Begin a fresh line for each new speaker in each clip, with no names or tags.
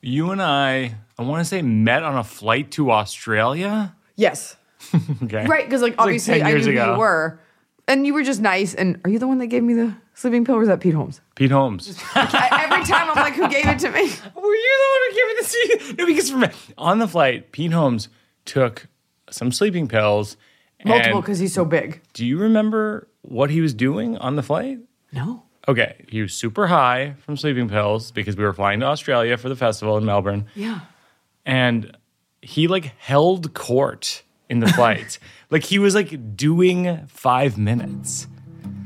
you and I, I want to say, met on a flight to Australia.
Yes.
Okay.
Right, because like obviously
10
I
years
knew who
ago.
you were, and you were just nice. And are you the one that gave me the sleeping pill? Or was that Pete Holmes?
Pete Holmes.
I, every time I'm like, who gave it to me?
Were you the one who gave me the seat? No, because remember, on the flight, Pete Holmes took some sleeping pills. and-
Multiple because he's so big.
Do you remember what he was doing on the flight?
No.
Okay, he was super high from sleeping pills because we were flying to Australia for the festival in Melbourne.
Yeah.
and he like held court in the flight. like he was like doing five minutes.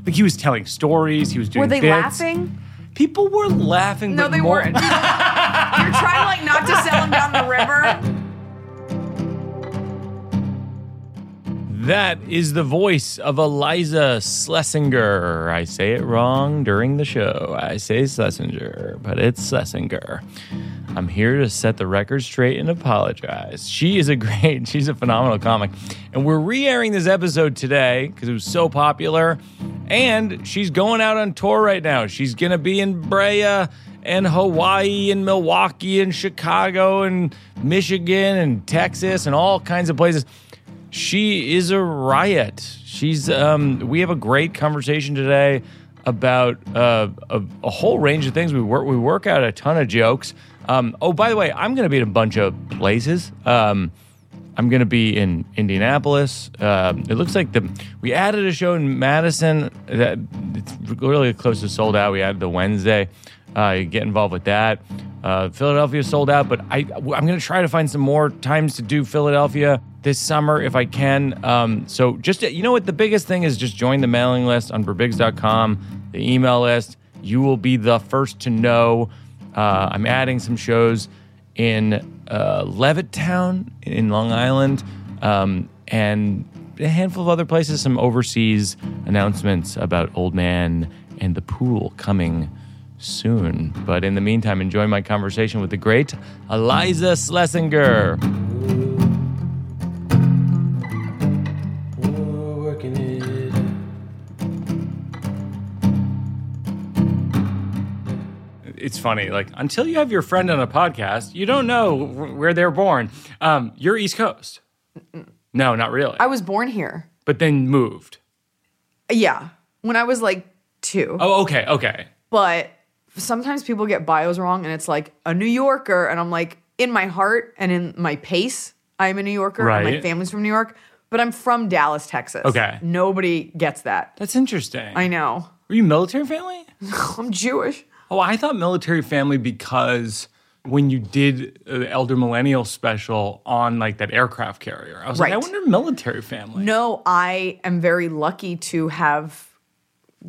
Like he was telling stories. He was doing.
Were they
bits.
laughing?
People were laughing.
No,
but
they
more-
weren't. You're trying like not to sell him down the river.
That is the voice of Eliza Schlesinger. I say it wrong during the show. I say Schlesinger, but it's Schlesinger. I'm here to set the record straight and apologize. She is a great, she's a phenomenal comic. And we're re airing this episode today because it was so popular. And she's going out on tour right now. She's going to be in Brea and Hawaii and Milwaukee and Chicago and Michigan and Texas and all kinds of places. She is a riot. She's. Um, we have a great conversation today about uh, a, a whole range of things. We work. We work out a ton of jokes. Um, oh, by the way, I'm going to be in a bunch of places. Um, I'm going to be in Indianapolis. Um it looks like the we added a show in Madison that it's really close to sold out. We added the Wednesday. Uh, you get involved with that. Uh, Philadelphia sold out, but I I'm going to try to find some more times to do Philadelphia this summer if I can. Um, so just you know what the biggest thing is, just join the mailing list on burbigs.com, the email list. You will be the first to know. Uh, I'm adding some shows in uh, Levittown in Long Island, um, and a handful of other places. Some overseas announcements about Old Man and the Pool coming soon. But in the meantime, enjoy my conversation with the great Eliza Schlesinger.
Working it
It's funny, like until you have your friend on a podcast, you don't know wh- where they're born. Um, you're East Coast. No, not really.
I was born here.
but then moved.
Yeah. When I was like two.
Oh, okay, okay.
But sometimes people get bios wrong and it's like a New Yorker. And I'm like, in my heart and in my pace, I'm a New Yorker. and my
Right.
family's from New York. But I'm from Dallas, Texas.
Okay.
Nobody gets that.
That's interesting.
I know.
Were you military family?
I'm Jewish.
Oh, I thought military family because when you did uh, the Elder Millennial special on like that aircraft carrier, I was like, I
Right.
wonder military family.
No, I am very lucky to have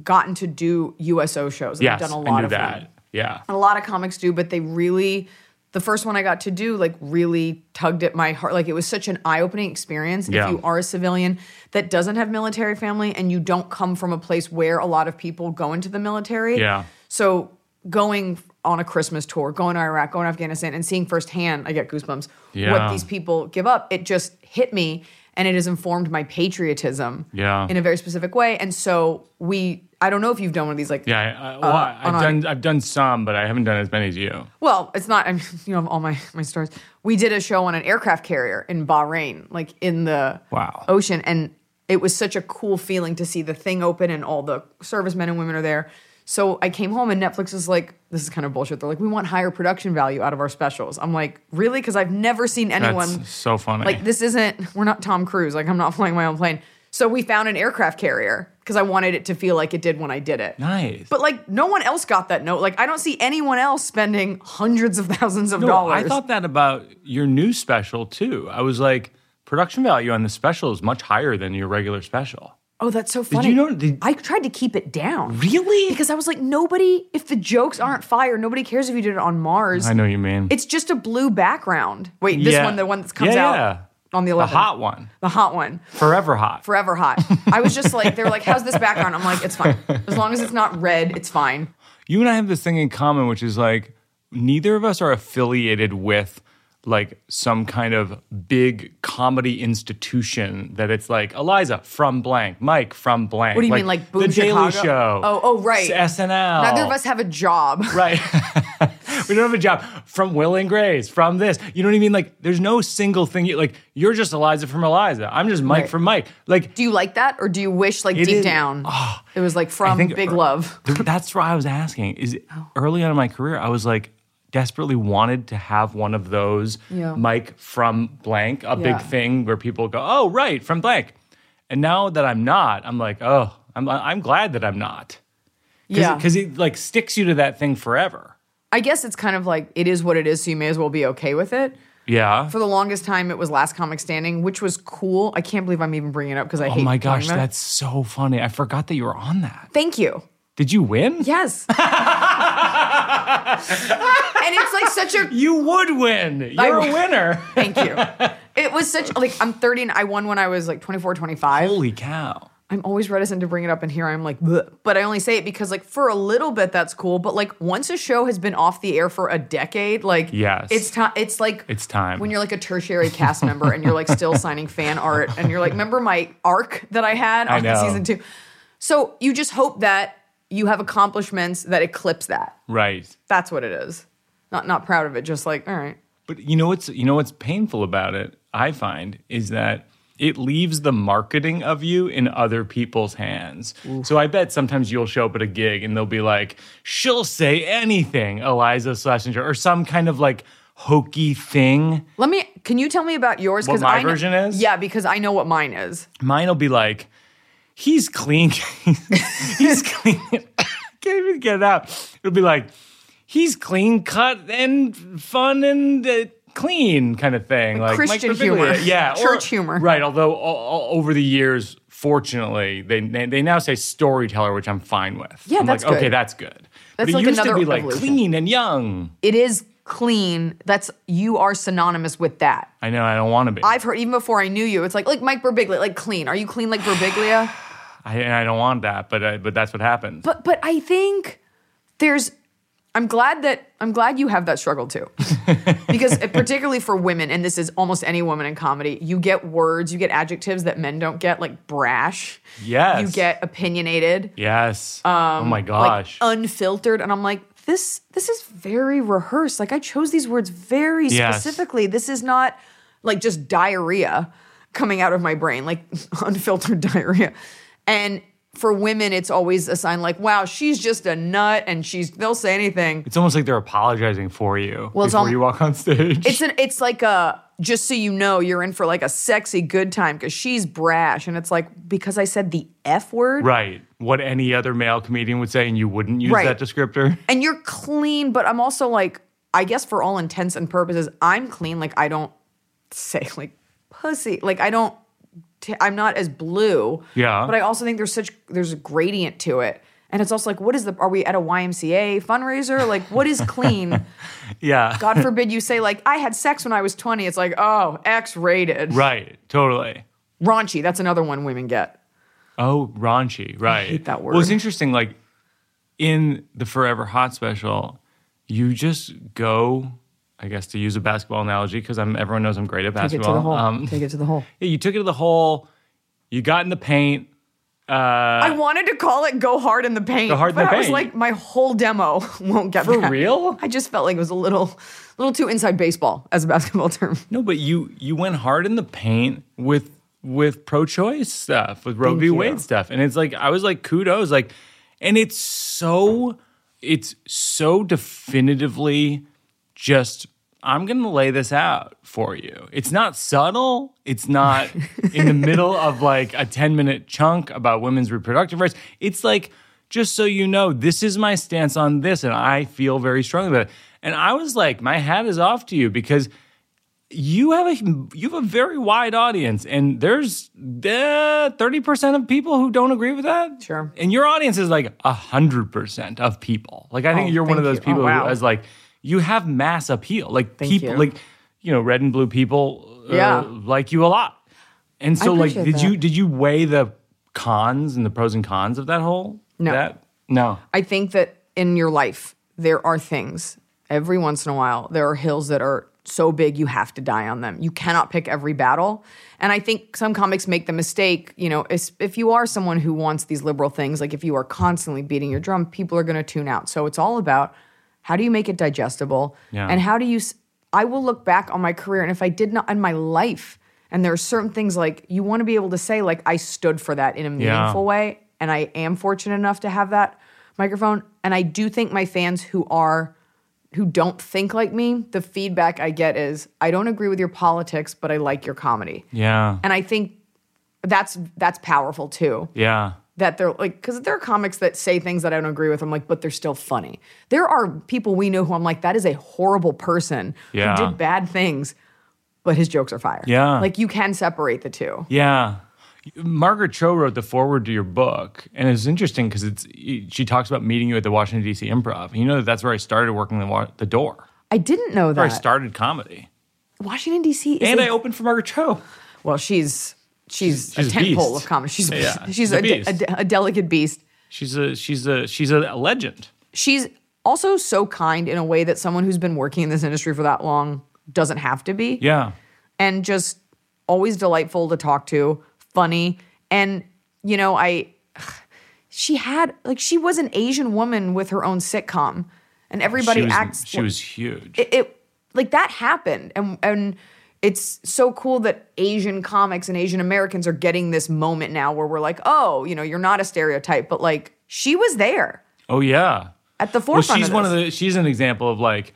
gotten to do USO shows.
yes,
I've done a
I
lot
knew
of
that.
them.
Yeah,
A lot of comics do, but they really the first one I got to do like really tugged at my heart. Like it was such an eye-opening experience
Yeah.
if you are a civilian that doesn't have military family and you don't come from a place where a lot of people go into the military.
Yeah.
So going on a Christmas tour, going to Iraq, going to Afghanistan, and seeing firsthand, I get goosebumps,
Yeah.
what these people give up, it just hit me and it has informed my patriotism
Yeah.
in a very specific way. And so we, I don't know if you've done one of these like,
yeah. I, I, well,
Uh,
I- I've done I've done some, but I haven't done as many as you.
well, it's not, I mean, you know, of all my, my stars. We did a show on an aircraft carrier in Bahrain, like in the
Wow.
ocean. And it was such a cool feeling to see the thing open and all the servicemen and women are there. So I came home and Netflix was like, this is kind of bullshit. They're like, we want higher production value out of our specials. I'm like, really? Because I've never seen anyone.
That's so funny.
Like this isn't we're not Tom Cruise. Like I'm not flying my own plane. So we found an aircraft carrier because I wanted it to feel like it did when I did it.
nice.
But like no one else got that note. Like I don't see anyone else spending hundreds of thousands of
No,
dollars.
I thought that about your new special too. I was like, production value on the special is much higher than your regular special.
oh, that's so funny.
you know- did-
I tried to keep it down.
Really?
Because I was like, nobody. If the jokes aren't fire, nobody cares if you did it on Mars.
I know what you mean.
It's just a blue background. Wait, this
Yeah.
one, the one that comes
Yeah,
out
yeah.
on the 11th.
the hot one,
The hot one.
forever hot.
forever hot. I was just like, they were like, how's this background? I'm like, it's fine. As long as it's not red, it's fine.
you and I have this thing in common, which is like neither of us are affiliated with like some kind of big comedy institution that it's like Eliza from blank, Mike from blank. What
do you mean, like Boom
The Daily Show?
Chicago? Oh, oh, right.
SNL.
Neither of us have a job.
Right. we don't have a job from Will and Grace, from this. You know what I mean? Like, there's no single thing. You, like, you're just Eliza from Eliza. I'm just Mike
Right.
from Mike. Like,
Do you like that, or do you wish, like deep
is- Ah,
down, it was like
I
from
think
Big
ear-
Love?
Th- That's why I was asking. Is
Oh.
early on in my career, I was like desperately wanted to have one of those
Yeah.
Mike from blank, a
Yeah.
big thing where people go, "Oh, right, from blank." And now that I'm not, I'm like, "Oh, I'm I'm glad that I'm not." Cause,
Yeah,
because it like sticks you to that thing forever.
I guess it's kind of like it is what it is, so you may as well be okay with it.
Yeah.
For the longest time, it was Last Comic Standing, which was cool. I can't believe I'm even bringing it up because I
Oh
hate.
my
talking
gosh,
about it.
that's so funny. I forgot that you were on that.
Thank you.
Did you win?
Yes. and it's like such a
You would win. You're a
w-
winner.
thank you. It was such like I'm 30 and I won when I was like 24, 25.
Holy cow.
I'm always reticent to bring it up, and here I'm like, "Bleh." but I only say it because, like, for a little bit that's cool, but like once a show has been off the air for a decade, like,
Yes.
it's time. It's like
It's time.
when you're like a tertiary cast member and you're like still signing fan art, and you're like, remember my arc that I had
I
on
know.
season two. So you just hope that you have accomplishments that eclipse that.
Right.
That's what it is. Not not proud of it. Just like, all right,
But you know what's you know what's painful about it, I find, is that it leaves the marketing of you in other people's hands. So I bet sometimes you'll show up at a gig and they'll be like, "She'll say anything, Eliza Schlesinger," or some kind of like hokey thing.
let me. Can you tell me about yours?
What
'Cause
my
I kn-
version is?
Yeah, because I know what mine is.
Mine'll be like, "He's clean, he's clean." Can't even get it out. It'll be like, "He's clean cut and fun and." Uh, clean kind of thing like Mike
Christian
Birbiglia.
humor.
yeah or-
Church humor.
Right. Although all, all, over the years, fortunately, they, they they now say storyteller, which I'm fine with.
Yeah,
I'm
that's
like,
good.
okay, that's good. but
That's
it
like
used to
another
be like
evolution.
clean and young.
It is clean. That's you are synonymous with that.
I know I don't want to be. I,
I've heard even before I knew you. It's like like Mike Birbiglia, like clean. Are you clean like Birbiglia?
and I don't want that, but I, but that's what happens.
But but I think there's. I'm glad that I'm glad you have that struggle too, because it- particularly for women, and this is almost any woman in comedy, you get words, you get adjectives that men don't get, like brash.
yes.
You get opinionated.
Yes. oh my gosh.
Like unfiltered. And I'm like, this this is very rehearsed. Like I chose these words very
Yes.
specifically. This is not like just diarrhea coming out of my brain, like unfiltered diarrhea. And for women, it's always a sign like, wow, she's just a nut and she's they'll say anything.
it's almost like they're apologizing for you
Well, it's
before
almo-
you walk on stage.
It's an it's like a just so you know, you're in for like a sexy good time because she's brash. And it's like, because I said the F word.
right. What any other male comedian would say, and you wouldn't use
Right.
that descriptor.
and you're clean, but I'm also like, I guess for all intents and purposes, I'm clean. Like I don't say like pussy. Like I don't. T- I'm not as blue.
Yeah.
But I also think there's such there's a gradient to it, and it's also like, what is the? Are we at a YMCA fundraiser? Like what is clean?
Yeah.
God forbid you say like I had sex when I was 20. It's like oh X-rated,
Right. Totally.
raunchy. That's another one women get.
Oh, raunchy, right?
hate that
Well, it's
word.
interesting. Like in the Forever Hot special, you just go. I guess to use a basketball analogy, because I'm everyone knows I'm great at
Take it to the
basketball.
hole.
Um,
Take it to the hole.
yeah, you took it to the hole. You got in the paint.
I wanted to call it "Go Hard in the Paint,"
Uh, Go hard in
but
the
I was
paint.
like, my whole demo won't get
For
that.
real?
I just felt like it was a little, little too inside baseball as a basketball term.
No, but you you went hard in the paint with with pro-choice stuff, with Roe
Thank
v.
you.
Wade stuff, and it's like I was like kudos, like, and it's so it's so definitively just I'm gonna lay this out for you. It's not subtle. It's not in the middle of like a 10 minute chunk about women's reproductive rights. It's like just so you know, this is my stance on this, and I feel very strongly about it. And I was like, my hat is off to you because you have a you have a very wide audience, and there's eh, thirty percent of people who don't agree with that.
Sure.
and your audience is like hundred percent of people. Like I think
Oh,
you're one of
thank
those
you. Oh,
people
wow.
who is like you have mass appeal. Like
Thank
people,
you.
like you know, red and blue people uh,
Yeah.
like you a lot. And so, like, did
appreciate
you
that.
did you weigh the cons and the pros and cons of that whole?
No.
that? no.
I think that in your life there are things every once in a while there are hills that are so big you have to die on them. You cannot pick every battle. And I think some comics make the mistake, you know, is- if you are someone who wants these liberal things, like if you are constantly beating your drum, people are going to tune out. So it's all about How do you make it digestible?
Yeah.
And how do you? s- I will look back on my career, and if I did not in my life, and there are certain things like you want to be able to say like I stood for that in a
Yeah.
meaningful way, and I am fortunate enough to have that microphone. And I do think my fans who are who don't think like me, the feedback I get is I don't agree with your politics, but I like your comedy.
Yeah.
And I think that's that's powerful too
Yeah.
that they're like because there are comics that say things that I don't agree with. I'm like, but they're still funny. There are people we know who I'm like, that is a horrible person
Yeah.
who did bad things, but his jokes are fire.
Yeah.
like you can separate the two.
Yeah. Margaret Cho wrote the foreword to your book, and it's interesting because it's she talks about meeting you at the Washington D.C. Improv. You know that's where I started working the wa- the door.
I didn't know
Where I
that
started comedy,
Washington D.C. is
and
a-
I opened for Margaret Cho.
well, she's she's,
She's
a
a
tentpole
beast.
of comedy. She's
Yeah,
she's
she's a
a, de-
beast.
a, de- a delicate beast.
She's a she's a she's a legend.
She's also so kind in a way that someone who's been working in this industry for that long doesn't have to be.
Yeah.
and just always delightful to talk to, funny. And, you know, I, she had, like, she was an Asian woman with her own sitcom, and everybody
she was,
acts.
she was huge.
it, it, like, that happened. And, and, it's so cool that Asian comics and Asian Americans are getting this moment now where we're like, oh, you know, you're not a stereotype, but like she was there
oh yeah.
at the
Well,
forefront.
she's
of
one of
this.
the she's an example of like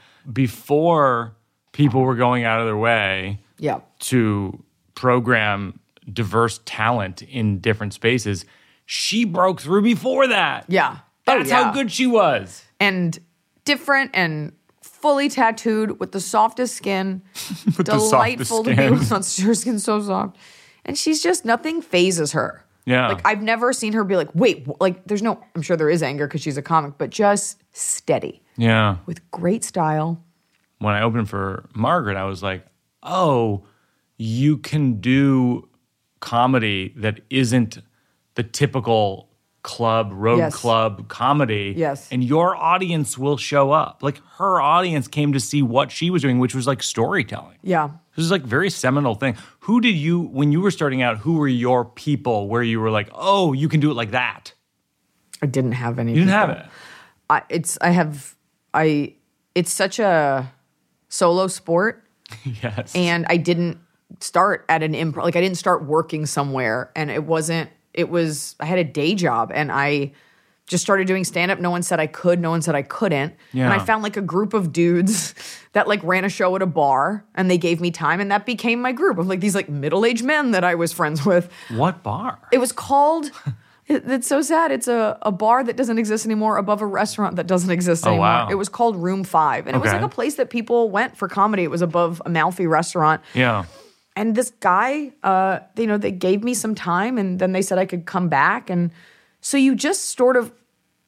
before people were going out of their way
yeah,
to program diverse talent in different spaces. She broke through before that.
yeah. Oh,
That's
yeah.
how good she was.
and different and fully tattooed with the softest skin.
the softest
delightful to
skin.
be with. On, her skin's so soft. And she's just, nothing phases her.
Yeah.
Like, I've never seen her be like, wait, wh- like, there's no, I'm sure there is anger because she's a comic, but just steady
Yeah.
with great style.
When I opened for Margaret, I was like, oh, you can do comedy that isn't the typical club, road
Yes.
club comedy.
Yes.
And your audience will show up. Like her audience came to see what she was doing, which was like storytelling.
Yeah.
This is like very seminal thing. Who did you when you were starting out? Who were your people? Where you were like, oh, you can do it like that.
I didn't have any.
You didn't have it.
I, it's, I have, I, it's such a solo sport.
Yes.
and I didn't start at an improv like I didn't start working somewhere and it wasn't it was I had a day job and I just started doing stand up no one said I could no one said I couldn't and I
Yeah.
found like a group of dudes that like ran a show at a bar and they gave me time and that became my group of like these like middle-aged men that I was friends with
what bar?
it was called it- it's so sad it's a, a bar that doesn't exist anymore above a restaurant that doesn't exist anymore
Oh, wow.
it was called room five and it was
Okay.
like a place that people went for comedy it was above amalfi restaurant
yeah.
and this guy uh you know they gave me some time and then they said i could come back and so you just sort of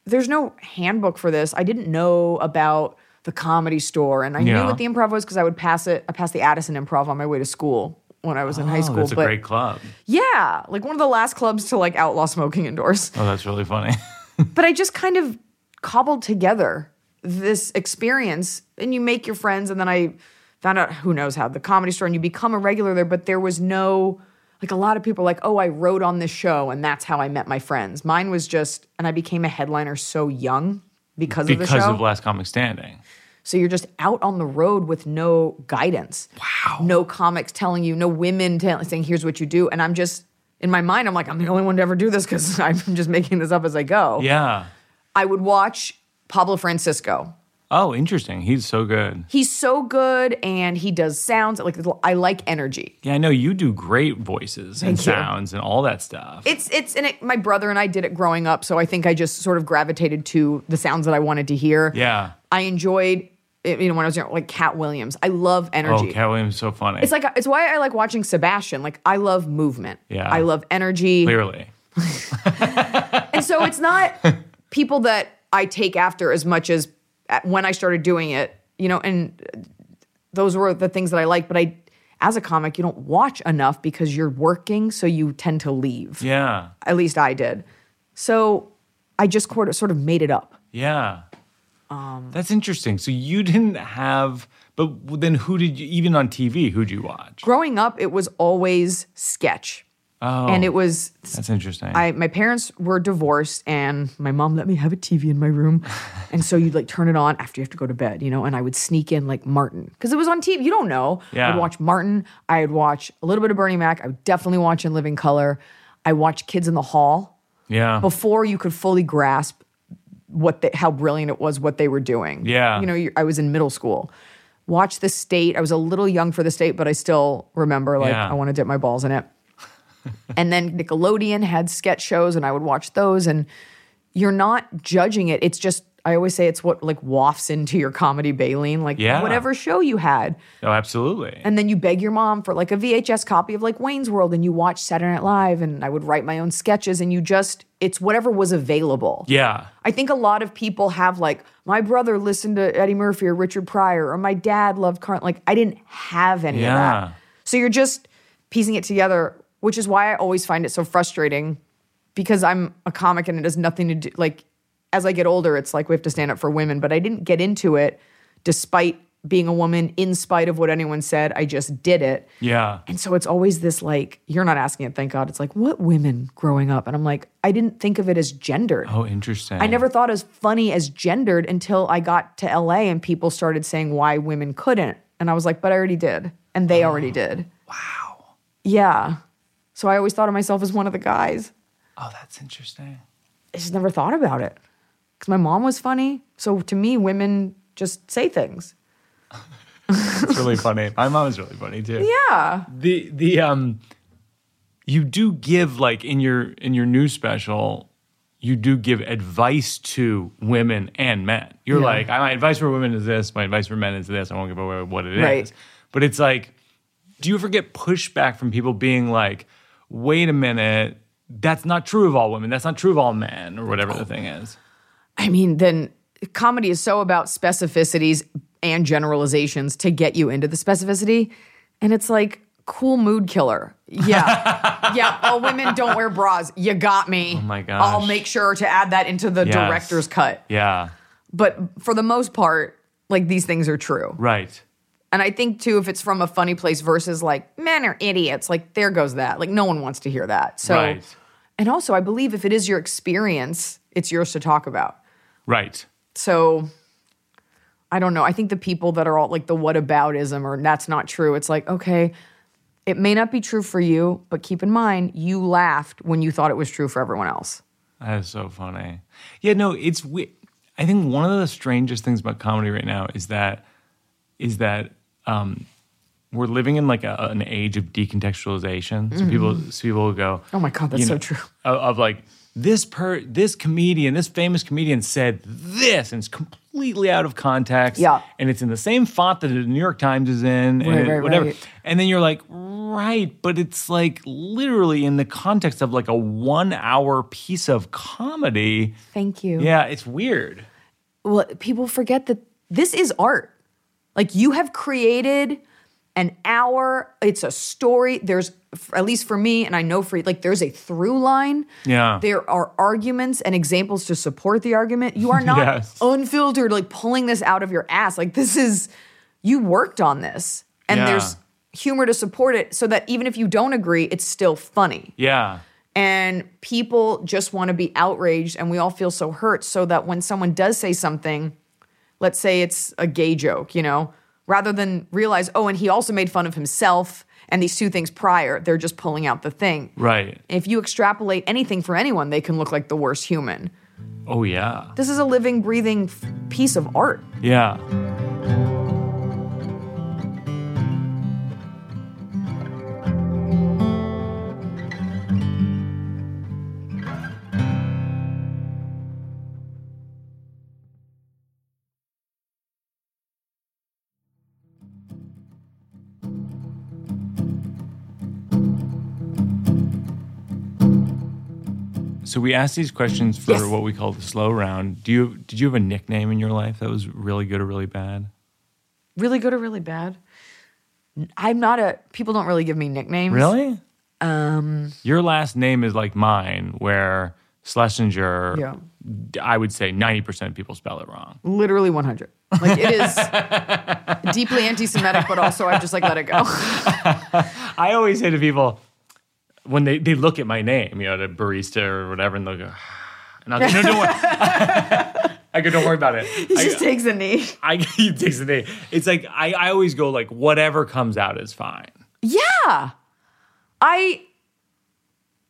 there's no handbook for this i didn't know about the comedy store and i
Yeah.
knew what the improv was because i would pass it i passed the addison improv on my way to school when i was in high
Oh,
school
that's a
but
great club.
yeah like one of the last clubs to like outlaw smoking indoors
Oh, that's really funny.
but I just kind of cobbled together this experience and you make your friends and then I found out who knows how the comedy store and you become a regular there but there was no like a lot of people are like oh I wrote on this show and that's how I met my friends mine was just and I became a headliner so young because, of the
because
show
of Last Comic Standing.
so you're just out on the road with no guidance. Wow. No comics telling you, no women telling saying, here's what you do. And I'm just, in my mind, I'm like, I'm the only one to ever do this because I'm just making this up as I go.
Yeah.
I would watch Pablo Francisco.
Oh, interesting. He's so good.
He's so good and he does sounds like I like energy.
Yeah, I know you do great voices and
Thank you.
sounds and all that stuff.
It's it's and it, my brother and I did it growing up, so I think I just sort of gravitated to the sounds that I wanted to hear.
yeah.
I enjoyed it, you know when I was young, like Cat Williams. I love energy.
Oh, Cat Williams is so funny.
It's like it's why I like watching Sebastian. Like I love movement.
Yeah.
I love energy.
Clearly.
And so it's not people that I take after as much as at- when I started doing it, you know, and uh, those were the things that I liked, but I as a comic, you don't watch enough because you're working, so you tend to leave.
Yeah.
At least I did. So I just sort of- sort of made it up.
Yeah.
Um,
That's interesting. So you didn't have, but then who did you, even on TV, who'd you watch?
Growing up, it was always sketch.
Oh,
and it was
that's interesting.
I my parents were divorced, and my mom let me have a TV in my room, and so you'd like turn it on after you have to go to bed, you know. And I would sneak in like Martin because it was on TV. You don't know.
Yeah.
I'd watch Martin. I'd watch a little bit of Bernie Mac. I would definitely watch In Living Color. I watched Kids in the Hall
yeah.
before you could fully grasp what they, how brilliant it was what they were doing.
Yeah.
you know, you I was in middle school. Watch the state. I was a little young for the state, but I still remember like
Yeah.
I want to dip my balls in it. and then Nickelodeon had sketch shows, and I would watch those. And you're not judging it. It's just I always say it's what like wafts into your comedy Baleen, like
Yeah.
whatever show you had.
oh, absolutely.
And then you beg your mom for like a VHS copy of like Wayne's World and you watch Saturday Night Live and I would write my own sketches and you just it's whatever was available.
yeah.
I think a lot of people have like my brother listened to Eddie Murphy or Richard Pryor or my dad loved Carl like I didn't have any
Yeah.
of that. So you're just piecing it together, which is why I always find it so frustrating because I'm a comic and it has nothing to do like as I get older it's like we have to stand up for women, but I didn't get into it despite being a woman in spite of what anyone said. I just did it.
Yeah.
And so it's always this like you're not asking it, thank God. It's like what women growing up and I'm like I didn't think of it as gendered.
Oh, interesting.
I never thought as funny as gendered until I got to LA and people started saying why women couldn't. And I was like, but I already did. And they already did. Wow. Yeah. So I always thought of myself as one of the guys.
Oh, that's interesting.
I just never thought about it. Because my mom was funny. So to me, women just say things.
It's really funny. My mom is really funny too.
Yeah.
the the um you do give like in your in your new special you do give advice to women and men you're
Yeah.
like my advice for women is this my advice for men is this i won't give away what it is.
Right.
but it's like do you ever get pushback from people being like wait a minute that's not true of all women that's not true of all men or whatever
Oh.
the thing is
I mean, then comedy is so about specificities and generalizations to get you into the specificity. And it's like, cool mood killer. Yeah. yeah. All women don't wear bras. You got me. Oh
my gosh.
I'll make sure to add that into the
Yes.
director's cut.
yeah
But for the most part, like these things are true.
right
And I think too, if it's from a funny place versus like men are idiots, like there goes that. Like no one wants to hear that. So,
Right.
and also I believe if it is your experience, it's yours to talk about.
right
So I don't know. I think the people that are all like the whataboutism or that's not true, it's like, okay, it may not be true for you, but keep in mind you laughed when you thought it was true for everyone else.
That is so funny. Yeah, no, it's. We- I think one of the strangest things about comedy right now is that is that um, we're living in like a, an age of decontextualization. So people, so people will go,
Oh my God, that's
you
so
know,
true.
Of, of like this per this comedian, this famous comedian said this, and it's completely out of context.
Yeah.
and it's in the same font that the New York Times is in, and
Right,
it-
right,
whatever.
right.
And then you're like, right, but it's like literally in the context of like a one hour piece of comedy.
Thank you.
Yeah, it's weird.
Well, people forget that this is art. Like you have created an hour, it's a story. There's, f- at least for me, and I know for you, like there's a through line.
Yeah.
There are arguments and examples to support the argument. You are not
Yes.
unfiltered, like pulling this out of your ass. Like this is, you worked on this and
Yeah.
there's humor to support it so that even if you don't agree, it's still funny.
Yeah.
And people just want to be outraged and we all feel so hurt so that when someone does say something, let's say it's a gay joke, you know, rather than realize, oh, and he also made fun of himself and these two things prior, they're just pulling out the thing.
Right.
If you extrapolate anything for anyone, they can look like the worst human.
Oh yeah.
This is a living, breathing f- piece of art.
Yeah. So we asked these questions for
Yes.
what we call the slow round. Do you did you have a nickname in your life that was really good or really bad?
Really good or really bad? I'm not a. People don't really give me nicknames.
Really?
Um.
Your last name is like mine, where Schlesinger,
Yeah.
d- I would say 90% of people spell it wrong.
Literally 100. Like it is deeply anti-Semitic, but also I just like let it go.
I always say to people, when they, they look at my name, you know, the barista or whatever, and they'll go, and I'll go, no, don't worry. I go, don't worry about it.
He
I,
just takes a knee.
I, he takes the name. It's like, I, I always go like, whatever comes out is fine.
Yeah. I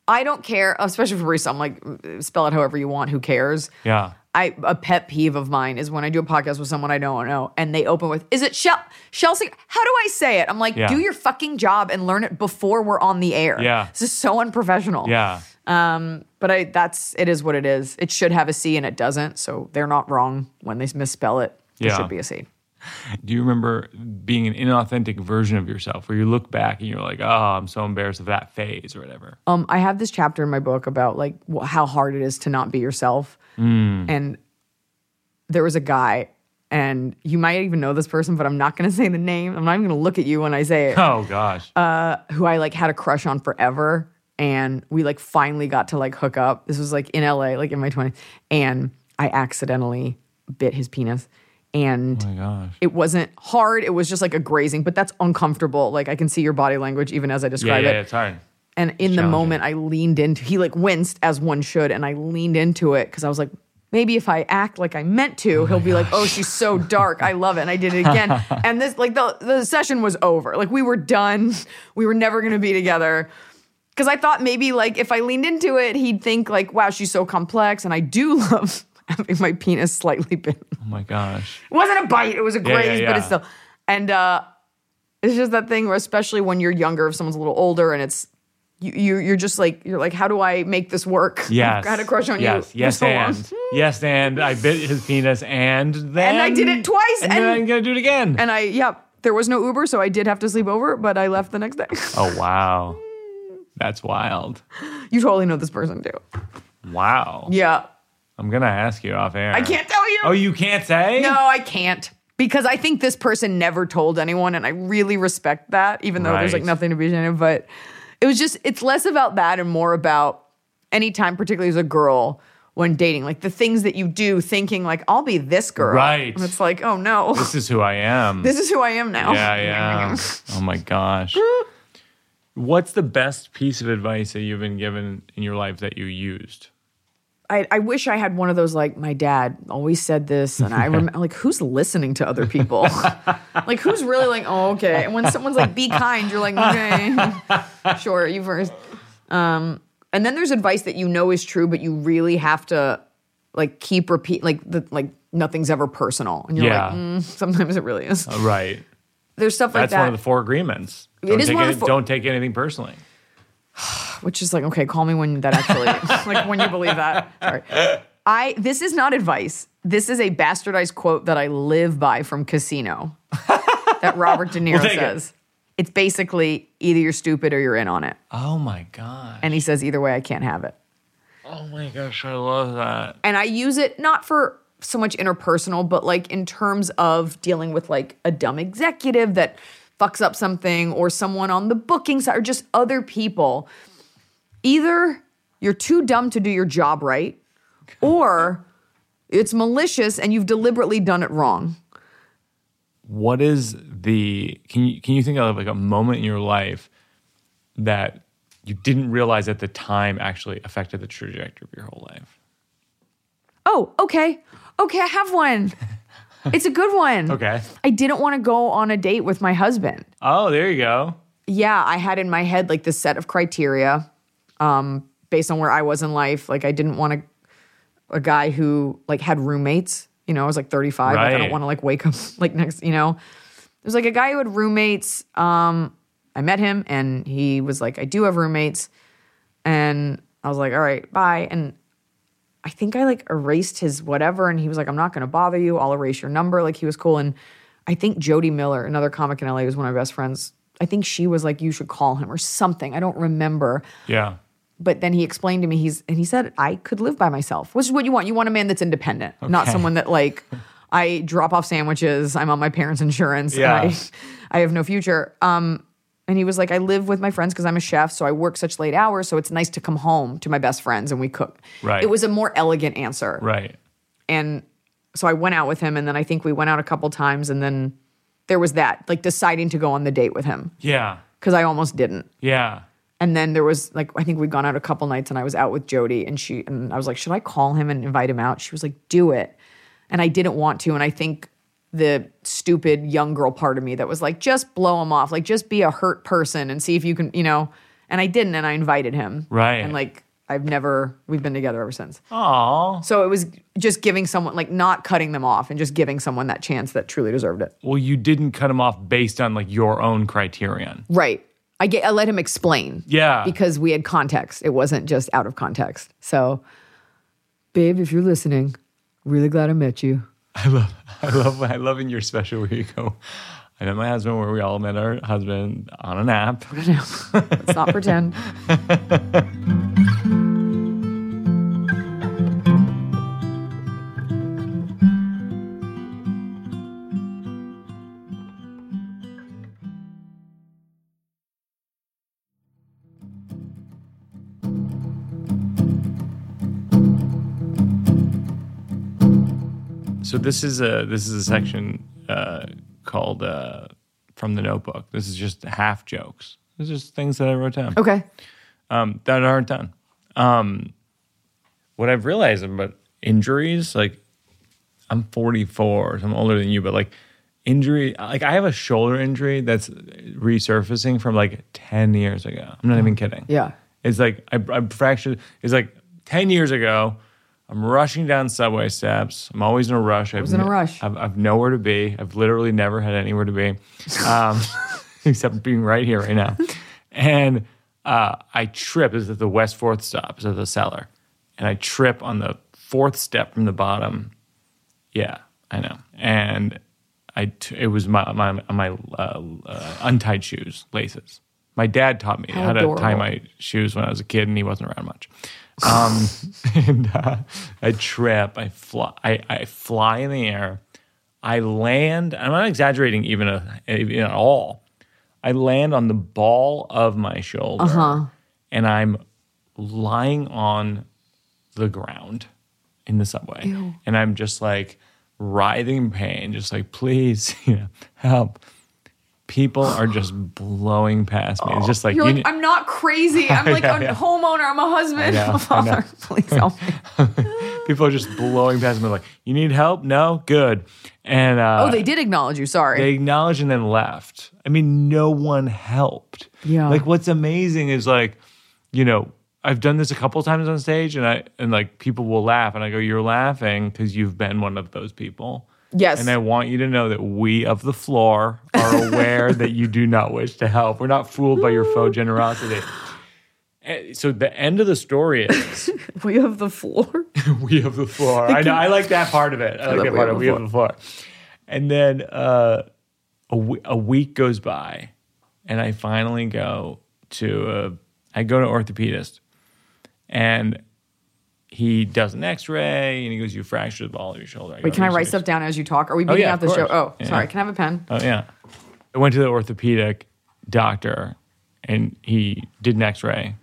I don't care, especially for barista. I'm like, spell it however you want. Who cares?
Yeah.
I a pet peeve of mine is when I do a podcast with someone I don't know and they open with, "Is it Shel Chelsea? How do I say it?" I'm like,
Yeah.
"Do your fucking job and learn it before we're on the air."
Yeah.
this is so unprofessional.
Yeah.
Um, but I that's it is what it is. It should have a C and it doesn't, so they're not wrong when they misspell it. There
Yeah.
should be a C.
Do you remember being an inauthentic version of yourself where you look back and you're like, oh, I'm so embarrassed of that phase or whatever?
Um, I have this chapter in my book about like wh- how hard it is to not be yourself.
Mm.
And there was a guy, and you might even know this person, but I'm not going to say the name. I'm not even going to look at you when I say it.
Oh, gosh.
who I like had a crush on forever, and we like finally got to like hook up. This was like in LA, like in my 20s, and I accidentally bit his penis, and
oh, my gosh.
it wasn't hard. It was just like a grazing, but that's uncomfortable. Like I can see your body language even as I
Yeah,
describe
yeah,
it.
it's hard.
And in the
Challenging.
moment, I leaned into. He like winced as one should, and I leaned into it because I was like, maybe if I act like I meant to, he'll be like, oh, she's so dark. I love it. And I did it again. and this like the the session was over. Like we were done. We were never gonna be together. Because I thought maybe like if I leaned into it, he'd think like, wow, she's so complex, and I do love having my penis slightly bent.
Oh, my gosh.
It wasn't a bite. It was a
yeah,
graze, but it's
yeah.
still. And uh, it's just that thing where, especially when you're younger, if someone's a little older, and it's you, you you're just like you're like, how do I make this work?
Yes.
I had a crush on
yes.
you.
Yes,
for so long.
and. Yes, and. I bit his penis and then.
And I did it twice,
And, then
and-
I'm going to do it again.
And I, yeah, there was no Uber, so I did have to sleep over, but I left the next day.
oh, wow. That's wild.
you totally know this person too.
Wow.
Yeah,
I'm going to ask you off air.
I can't tell you.
Oh, you can't say?
No, I can't. Because I think this person never told anyone, and I really respect that, even though there's like
Right.
nothing to be ashamed of. But it was just, it's less about that and more about any time, particularly as a girl, when dating, like the things that you do, thinking like, I'll be this girl.
Right.
And it's like, oh no,
This is who I am.
this is who I am now.
Yeah, yeah. oh my gosh. What's the best piece of advice that you've been given in your life that you used?
I, I wish I had one of those like my dad always said this, and I remember like who's listening to other people, like who's really like oh okay. And when someone's like be kind, you're like okay, sure you first. Um, and then there's advice that you know is true, but you really have to like keep repeat like the like nothing's ever personal, and you're
Yeah.
like mm, sometimes it really is.
Uh, Right.
There's stuff like
That's
that,
one of the four agreements. Don't,
is
take
one of the
any-
four-
don't take anything personally.
which is like okay, call me when that actually like when you believe that. Sorry. I this is not advice. This is a bastardized quote that I live by from Casino that Robert De Niro
We'll take it.
says. It's basically either you're stupid or you're in on it.
Oh my gosh.
And he says either way I can't have it.
oh my gosh, I love that.
And I use it not for so much interpersonal but like in terms of dealing with like a dumb executive that fucks up something or someone on the booking side or just other people. Either you're too dumb to do your job right or it's malicious and you've deliberately done it wrong.
What is the can you can you think of like a moment in your life that you didn't realize at the time actually affected the trajectory of your whole life?
Oh, okay. Okay, I have one. It's a good one.
Okay.
I didn't want to go on a date with my husband.
Oh, there you go.
Yeah, I had in my head like this set of criteria um, based on where I was in life. Like, I didn't want a, a guy who like had roommates. You know, I was like 35. Like, I don't
Right.
want to like wake up like next, you know. There's like a guy who had roommates. Um, I met him and he was like, I do have roommates. And I was like, all right, bye. And I think I like erased his whatever, and he was like, "I'm not going to bother you. I'll erase your number." Like he was cool, and I think Jody Miller, another comic in LA, was one of my best friends. I think she was like, "You should call him" or something. I don't remember,
Yeah.
but then he explained to me he's and he said I could live by myself, which is what you want. You want a man that's independent, not
Okay.
someone that like I drop off sandwiches. I'm on my parents' insurance. and
Yeah.
I, I have no future. Um, and he was like, I live with my friends because I'm a chef, so I work such late hours. So it's nice to come home to my best friends and we cook.
Right.
It was a more elegant answer,
Right.
and so I went out with him, and then I think we went out a couple times, and then there was that like deciding to go on the date with him
Yeah.
because I almost didn't.
Yeah.
And then there was like I think we'd gone out a couple nights and I was out with Jody and she and I was like, should I call him and invite him out? She was like, do it. And I didn't want to. And I think the stupid young girl part of me that was like, just blow him off. Like just be a hurt person and see if you can, you know. And I didn't and I invited him.
Right.
And like I've never we've been together ever since.
Aw.
So it was just giving someone like not cutting them off and just giving someone that chance that truly deserved it.
Well, you didn't cut him off based on like your own criterion.
Right. I get I let him explain.
Yeah.
Because we had context. It wasn't just out of context. So babe, if you're listening, really glad I met you.
I love, I love, I love in your special where you go. I met my husband where we all met our husband on an app.
Let's not pretend.
So this is a this is a section uh, called uh, from the Notebook. This is just half jokes. This is just things that I wrote down
Okay.
um, that aren't done. Um, what I've realized about injuries, like I'm 44, so I'm older than you, but like injury, like I have a shoulder injury that's resurfacing from like 10 years ago. I'm not even kidding.
Yeah.
It's like I, I fractured. It's like 10 years ago. I'm rushing down subway steps. I'm always in a rush. I was
in a rush.
I've, I've nowhere to be. I've literally never had anywhere to be, um, except being right here right now. And uh, I trip. This is at the West Fourth stop. This is at the cellar, and I trip on the fourth step from the bottom. Yeah, I know. And I t- it was my my my uh, uh, untied shoes laces. My dad taught me how, to tie
adorable.
my shoes when I was a kid, and he wasn't around much. Um, and uh, I trip, I fly, I, I fly in the air, I land. I'm not exaggerating even, a, even at all. I land on the ball of my shoulder,
Uh-huh.
and I'm lying on the ground in the subway. And I'm just like writhing in pain, just like, please, you know, help. People are just blowing past me. It's just like,
You're
you
like,
kn-
I'm not crazy. I'm like
Yeah,
a
yeah.
homeowner. I'm a husband.
know,
I'm
I
a father.
know.
Please help me.
people are just blowing past me. Like, you need help? No? Good. And uh,
Oh, they did acknowledge you. Sorry.
they acknowledged and then left. I mean, no one helped.
Yeah.
Like what's amazing is like, you know, I've done this a couple times on stage and I and like people will laugh and I go, You're laughing because you've been one of those people.
Yes.
And I want you to know that we of the floor are aware that you do not wish to help. We're not fooled by your faux generosity. And So the end of the story is
we have the floor.
we have the floor. I know. I like that part of it. I like
love
that part of it. We have the floor. And then uh, a we- a week goes by, and I finally go to a, I go to orthopedist, and he does an X-ray, and he goes, "You fractured the ball of your shoulder."
Wait, can I write
something?
stuff down as you talk? Are we beating
yeah,
out the
of
show?
course.
Oh,
Yeah.
sorry. Can I have a pen?
Oh yeah. I went to the orthopedic doctor and he did an x-ray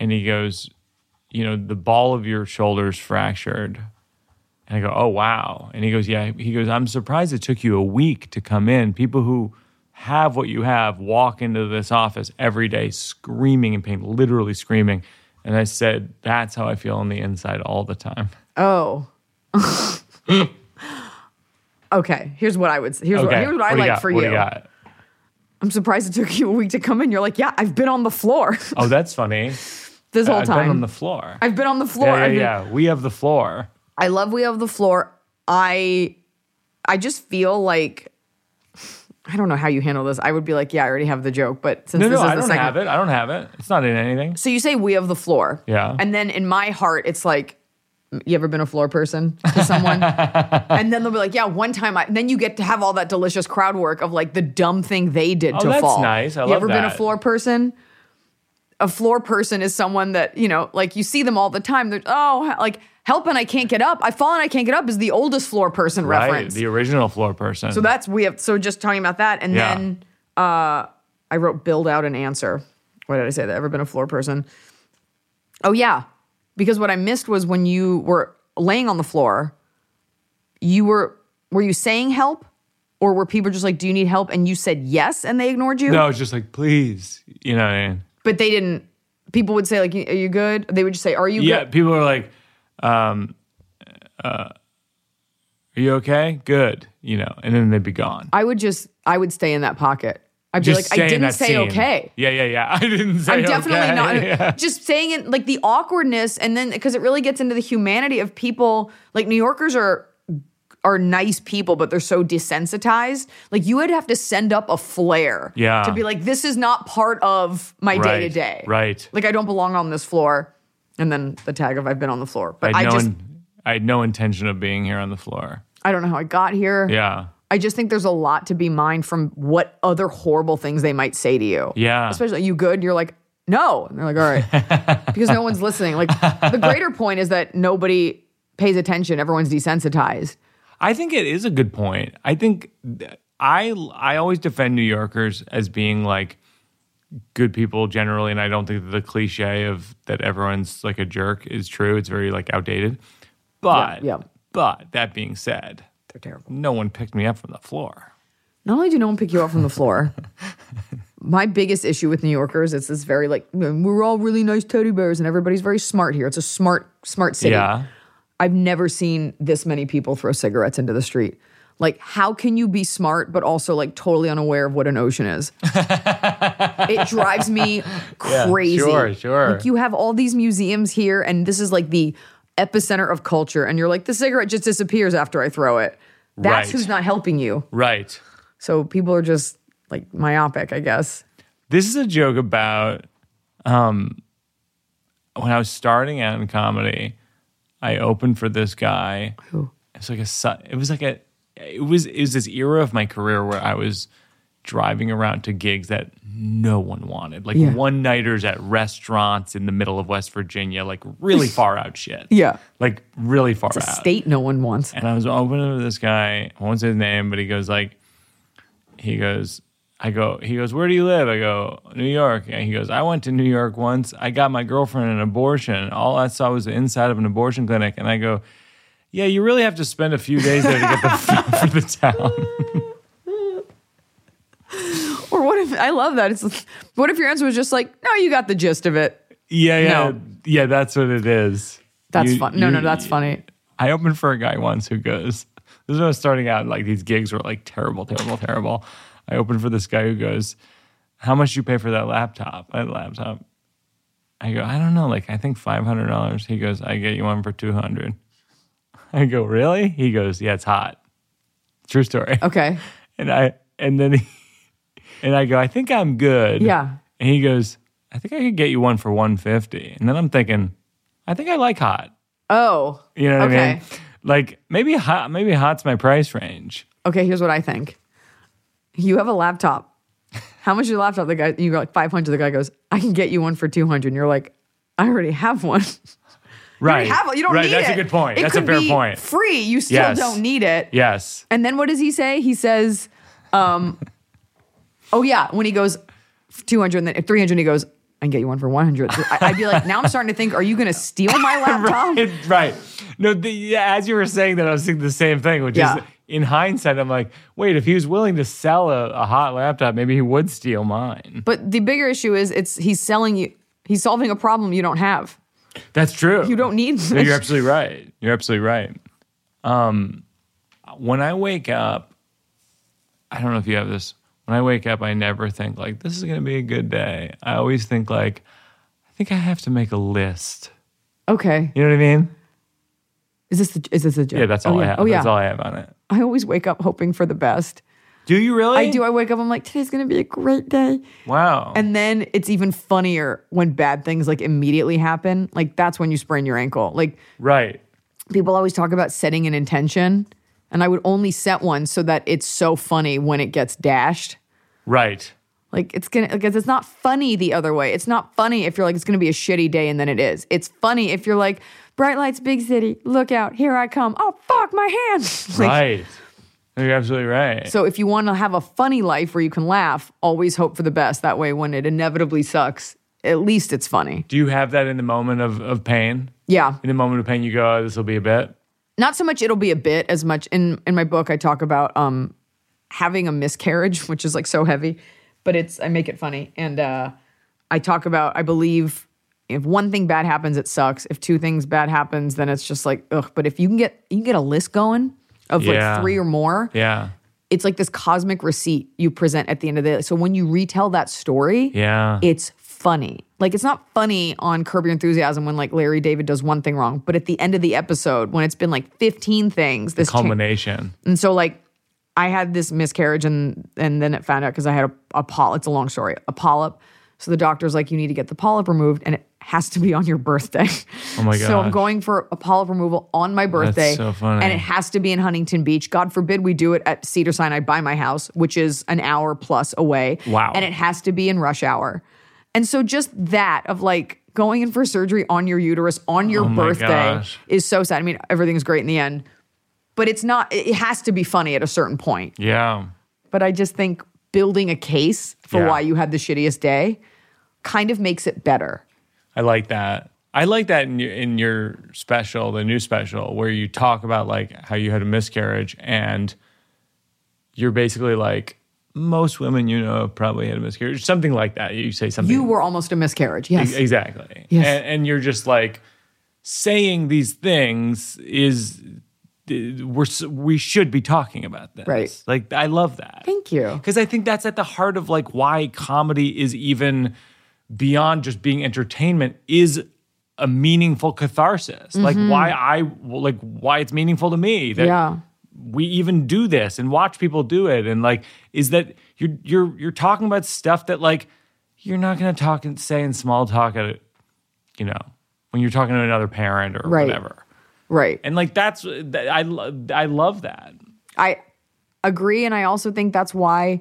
and he goes, you know, the ball of your shoulder's fractured. And I go, "Oh wow." And he goes, "Yeah." He goes, "I'm surprised it took you a week to come in. People who have what you have walk into this office every day screaming in pain, literally screaming." And I said, "That's how I feel on the inside all the time."
Oh. okay. Here's what I would. Here's what, here's what, I
do
like
got?
for
What do
you.
got?
I'm surprised it took you a week to come in. You're like, yeah, I've been on the floor
Oh, that's funny.
this whole
I've
time.
been on the floor.
I've been on the floor.
Yeah,
I've been-
yeah, yeah. We have the floor.
I love we have the floor. I I just feel like I don't know how you handle this. I would be like, yeah, I already have the joke, but since
No,
this
no,
is
I
the
don't
second,
have it. I don't have it. It's not in anything.
so you say we have the floor,
Yeah.
and then in my heart, it's like. You ever been a floor person to someone? and then they'll be like, yeah, one time I, then you get to have all that delicious crowd work of like the dumb thing they did to
Oh, that's
fall.
nice. I
you
love
ever been a
that.
floor person? A floor person is someone that, you know, like you see them all the time. They're, oh, like help and I can't get up. I fall and I can't get up is the oldest floor person reference.
Right, the original floor person.
So that's we have. So just talking about that, and
Yeah.
then uh, I wrote build out an answer. What did I say? That ever been a floor person? Oh yeah, because what I missed was when you were laying on the floor. You were were you saying help, or were people just like, "Do you need help?" And you said yes, and they ignored you.
no, it's just like please, you know. What I mean?
But they didn't. People would say like, "Are you good?" They would just say, "Are you
Yeah,
good?"
people are like, um, uh, "Are you okay? Good," you know, and then they'd be gone.
I would just, I would stay in that pocket. I'd
Just
be like, "I
saying
didn't
that
say
scene.
okay."
Yeah, yeah, yeah. I didn't say.
I'm definitely
okay.
not
Yeah.
just saying it like the awkwardness and then because it really gets into the humanity of people like New Yorkers are are nice people but they're so desensitized like you would have to send up a flare
Yeah.
to be like this is not part of my
Right,
day to day
right.
like I don't belong on this floor and then the tag of I've been on the floor
I
but I,
had, no
just
in- I had no intention of being here on the floor.
I don't know how I got here
Yeah,
I just think there's a lot to be mined from what other horrible things they might say to you
yeah.
especially you good you're like no and they're like all right because no one's listening like the greater point is that nobody pays attention everyone's desensitized
I think it is a good point. I think th- I I always defend New Yorkers as being like good people generally, and I don't think that the cliche of that everyone's like a jerk is true. It's very like outdated. But
yeah.
but that being said,
they're terrible
no one picked me up from the floor.
not only do no one pick you up from the floor my biggest issue with new yorkers is this very like "Mm, we're all really nice teddy bears and everybody's very smart here it's a smart smart city
Yeah,
i've never seen this many people throw cigarettes into the street like how can you be smart but also like totally unaware of what an ocean is it drives me crazy
sure, sure.
Like, you have all these museums here and this is like the epicenter of culture and you're like the cigarette just disappears after i throw it that's
Right.
who's not helping you
right.
so people are just like myopic i guess
This is a joke about um, when I was starting out in comedy. I opened for this guy. Who? It was like a. su- It was like a. It was it was this era of my career where I was driving around to gigs that no one wanted, like
Yeah.
one nighters at restaurants in the middle of West Virginia, like really far out shit.
Yeah.
like really far
the
out.
state no one wants
And I was opening to this guy. I won't say his name, but he goes like, he goes, I go, he goes, where do you live? I go, New York. And he goes, I went to New York once. I got my girlfriend an abortion. All I saw was the inside of an abortion clinic. And I go, yeah, you really have to spend a few days there to get the feel for the town.
or what if i love that it's what if your answer was just like no you got the gist of it
Yeah, yeah,
No.
yeah. That's what it is.
that's
You-
fun no
you-
no that's funny
I opened for a guy once who goes, this is when I was starting out, like these gigs were like terrible, terrible, terrible. I opened for this guy who goes, How much do you pay for that laptop? That laptop. I go, I don't know, like I think five hundred dollars. He goes, I get you one for two hundred. I go, Really? He goes, Yeah, it's hot. True story.
okay
And I and then he, and I go, I think I'm good.
Yeah.
And he goes, I think I could get you one for one fifty. And then I'm thinking, I think I like hot.
oh
You know what I
Okay.
mean? Like maybe hot, maybe hot's my price range.
Okay, here's what I think. You have a laptop. How much is your laptop? The guy you go like five hundred. The guy goes, I can get you one for two hundred. And you're like, I already have one.
Right.
You have one. You don't
right.
need
That's
it.
a good point.
It
That's a
could
fair
be
point.
Free. You still
Yes.
don't need it.
Yes.
And then what does he say? He says, um, oh yeah, when he goes two hundred and then three hundred, he goes, I can get you one for one hundred. I'd be like, now I'm starting to think, are you going to steal my laptop?
It- right. No. The, yeah, as you were saying that, I was thinking the same thing, which
Yeah.
is in hindsight, I'm like, wait, if he was willing to sell a, a hot laptop, maybe he would steal mine.
But the bigger issue is, it's he's selling you. He's solving a problem you don't have.
That's true.
You don't need.
No, you're absolutely right. You're absolutely right. Um, when I wake up, I don't know if you have this. When I wake up, I never think like this is going to be a good day. I always think like I think I have to make a list.
okay.
You know what I mean?
Is this the, is this a joke?
Yeah, that's all
oh,
I
yeah.
have.
Oh yeah.
That's all I have on it.
I always wake up hoping for the best.
Do you really?
I do. I wake up. I'm like, today's gonna be a great day.
Wow.
And then it's even funnier when bad things like immediately happen. Like that's when you sprain your ankle. Like
right.
people always talk about setting an intention, and I would only set one so that it's so funny when it gets dashed.
Right.
Like it's gonna because it's not funny the other way. It's not funny if you're like it's gonna be a shitty day and then it is. It's funny if you're like bright lights, big city, look out, here I come. Oh fuck, my hand. like,
right. No, You're absolutely right.
So if you want to have a funny life where you can laugh, always hope for the best. That way, when it inevitably sucks, at least it's funny.
do you have that in the moment of, of pain?
Yeah.
In the moment of pain, you go, oh, this will be a bit.
Not so much it'll be a bit as much in in my book I talk about um having a miscarriage, which is like so heavy, but it's I make it funny. And uh I talk about, I believe if one thing bad happens, it sucks. If two things bad happens, then it's just like, ugh. But if you can get you can get a list going of
Yeah.
like three or more,
Yeah.
it's like this cosmic receipt you present at the end of the day. So when you retell that story,
Yeah.
it's funny. Like it's not funny on Curb Your Enthusiasm when like Larry David does one thing wrong, but at the end of the episode when it's been like 15 things, this cha-
Culmination.
and so like I had this miscarriage and and then it found out because I had a, a polyp. It's a long story. A polyp. So the doctor's like, you need to get the polyp removed, and it has to be on your birthday. Oh
my
So I'm
gosh.
going for a polyp removal on my birthday.
so funny.
And it has to be in Huntington Beach. God forbid we do it at Cedar Sinai by my house, which is an hour plus away.
Wow.
And it has to be in rush hour. And so just that of like going in for surgery on your uterus on your
Oh my
birthday
gosh.
is so sad. I mean, everything's great in the end but it's not it has to be funny at a certain point
Yeah.
but i just think building a case for
Yeah.
why you had the shittiest day kind of makes it better
I like that. I like that in your, in your special, the new special, where you talk about like how you had a miscarriage and you're basically like most women you know probably had a miscarriage, something like that. You say something.
you were almost a miscarriage yes
exactly.
Yes.
And, and you're just like saying these things is we're s- we should be talking about this.
Right.
Like I love that.
thank you
Because Oh. I think that's at the heart of like why comedy is even beyond just being entertainment is a meaningful catharsis. Like why I like why it's meaningful to me that
Mm-hmm. Yeah.
we even do this and watch people do it and like is that you're you're you're talking about stuff that like you're not going to talk and say in small talk at a, you know when you're talking to another parent or
Right.
whatever.
right
And like that's that, I lo- I love that.
i agree and i also think that's why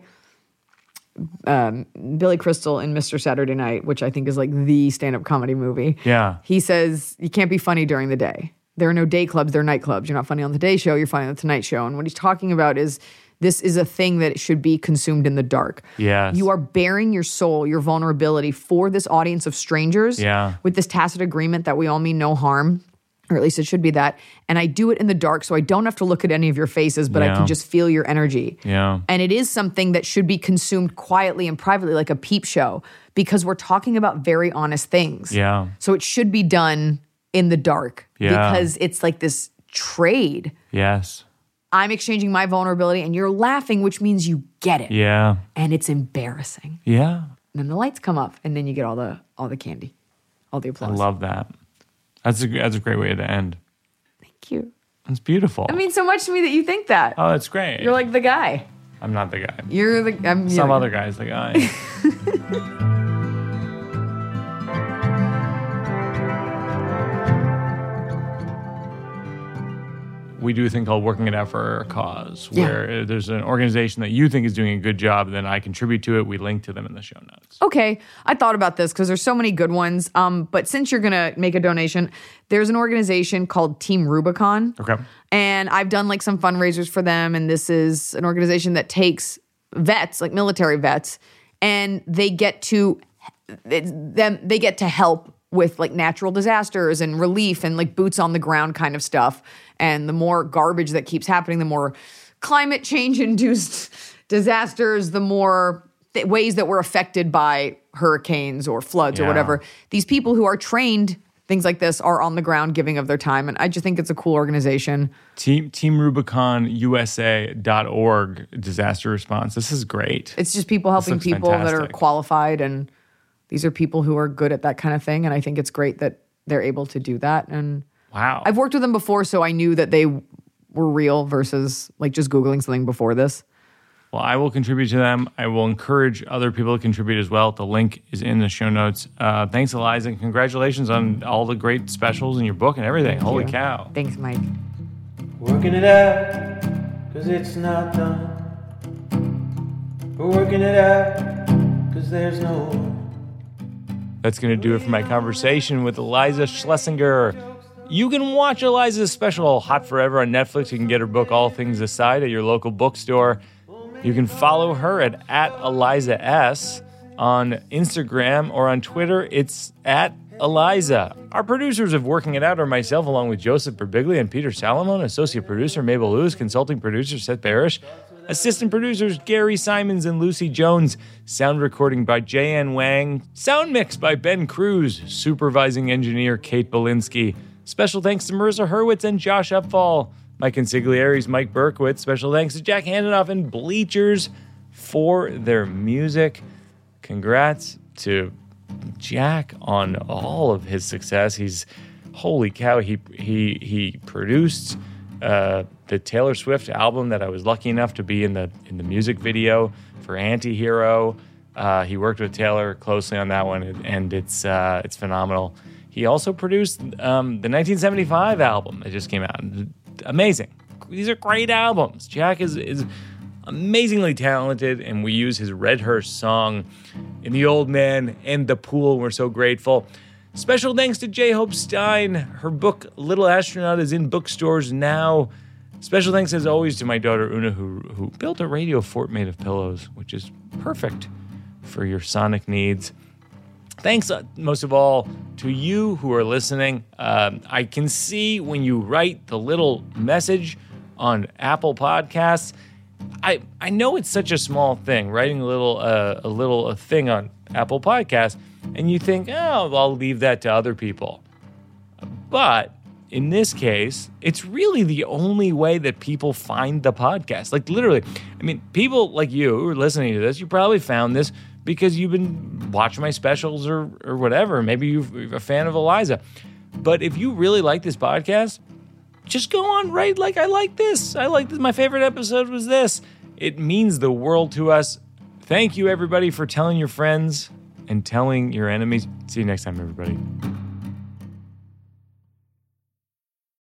um, billy crystal in mr saturday night which i think is like the stand-up comedy movie
Yeah.
he says you can't be funny during the day. There are no day clubs, there are nightclubs. You're not funny on the day show, you're funny on the tonight show. And what he's talking about is this is a thing that should be consumed in the dark.
Yes.
You are bearing your soul, your vulnerability for this audience of strangers
Yeah.
with this tacit agreement that we all mean no harm. Or at least it should be that. And I do it in the dark so I don't have to look at any of your faces, but I
Yeah.
can just feel your energy.
Yeah.
And it is something that should be consumed quietly and privately, like a peep show, because we're talking about very honest things.
Yeah.
So it should be done in the dark
Yeah.
because it's like this trade.
Yes.
I'm exchanging my vulnerability and you're laughing, which means you get it.
Yeah.
And it's embarrassing.
Yeah.
And then the lights come up and then you get all the all the candy, all the
I
applause.
love that. That's a that's a great way to end.
Thank you.
It's beautiful.
It means so much to me that you think that.
oh, it's great.
You're like the guy.
I'm not the guy.
You're the I'm
Some
you're-
other guy's the guy. we do a thing called working it out for a cause,
Yeah.
where uh, there's an organization that you think is doing a good job, then I contribute to it. We link to them in the show notes.
Okay, I thought about this because there's so many good ones. Um, but since you're gonna make a donation, there's an organization called Team Rubicon.
Okay.
And I've done like some fundraisers for them. And this is an organization that takes vets, like military vets, and they get to it's them they get to help with like natural disasters and relief and like boots on the ground kind of stuff. And the more garbage that keeps happening, the more climate change induced disasters, the more th- ways that we're affected by hurricanes or floods or
Yeah.
whatever. These people who are trained things like this are on the ground giving of their time and I just think it's a cool organization.
Team Team Rubicon USA.org disaster response. This is great.
It's just people helping
looks
people that are
fantastic.
qualified and these are people who are good at that kind of thing and I think it's great that they're able to do that and
wow.
I've worked with them before, so I knew that they were real versus like just Googling something before this.
Well, I will contribute to them. I will encourage other people to contribute as well. The link is in the show notes. Uh, thanks, Eliza, and congratulations on all the great specials in your book and everything. Holy
you.
cow.
Thanks, Mike.
Working it out, cause it's not done. We're working it out, cause there's no one.
That's going to do it for my conversation with Eliza Schlesinger. You can watch Eliza's special Hot Forever on Netflix. You can get her book All Things Aside at your local bookstore. You can follow her at, at Eliza S on Instagram or on Twitter. It's at Eliza. Our producers of Working It Out are myself, along with Joseph Berbiglia and Peter Salomon, associate producer Mabel Lewis, consulting producer Seth Barish, Assistant producers Gary Simons and Lucy Jones. Sound recording by J.N. Wang. Sound mix by Ben Cruz. Supervising engineer Kate Belinsky. Special thanks to Marissa Hurwitz and Josh Upfall. Mike Consigliere's Mike Berkowitz. Special thanks to Jack Handenoff and Bleachers for their music. Congrats to Jack on all of his success. He's holy cow. He he he produced uh, the Taylor Swift album that I was lucky enough to be in the in the music video for Antihero. Uh, he worked with Taylor closely on that one, and- and it's uh, it's phenomenal. He also produced um, the 1975 album that just came out. Amazing. These are great albums. Jack is is amazingly talented, and we use his Redhurst song in The Old Man and The Pool. We're so grateful. Special thanks to J. Hope Stein. Her book, Little Astronaut, is in bookstores now. Special thanks, as always, to my daughter Una, who, who built a radio fort made of pillows, which is perfect for your sonic needs. Thanks uh, most of all to you who are listening. Um, I can see when you write the little message on Apple Podcasts. I I know it's such a small thing, writing a little uh, a little uh thing on Apple Podcasts, and you think, oh, I'll leave that to other people. But in this case, it's really the only way that people find the podcast. Like literally, I mean, people like you who are listening to this, you probably found this because you've been watching my specials or or whatever. Maybe you're a fan of Eliza. But if you really like this podcast, just go on right like I like this. I like this. My favorite episode was this. It means the world to us. Thank you everybody for telling your friends and telling your enemies. See you next time everybody.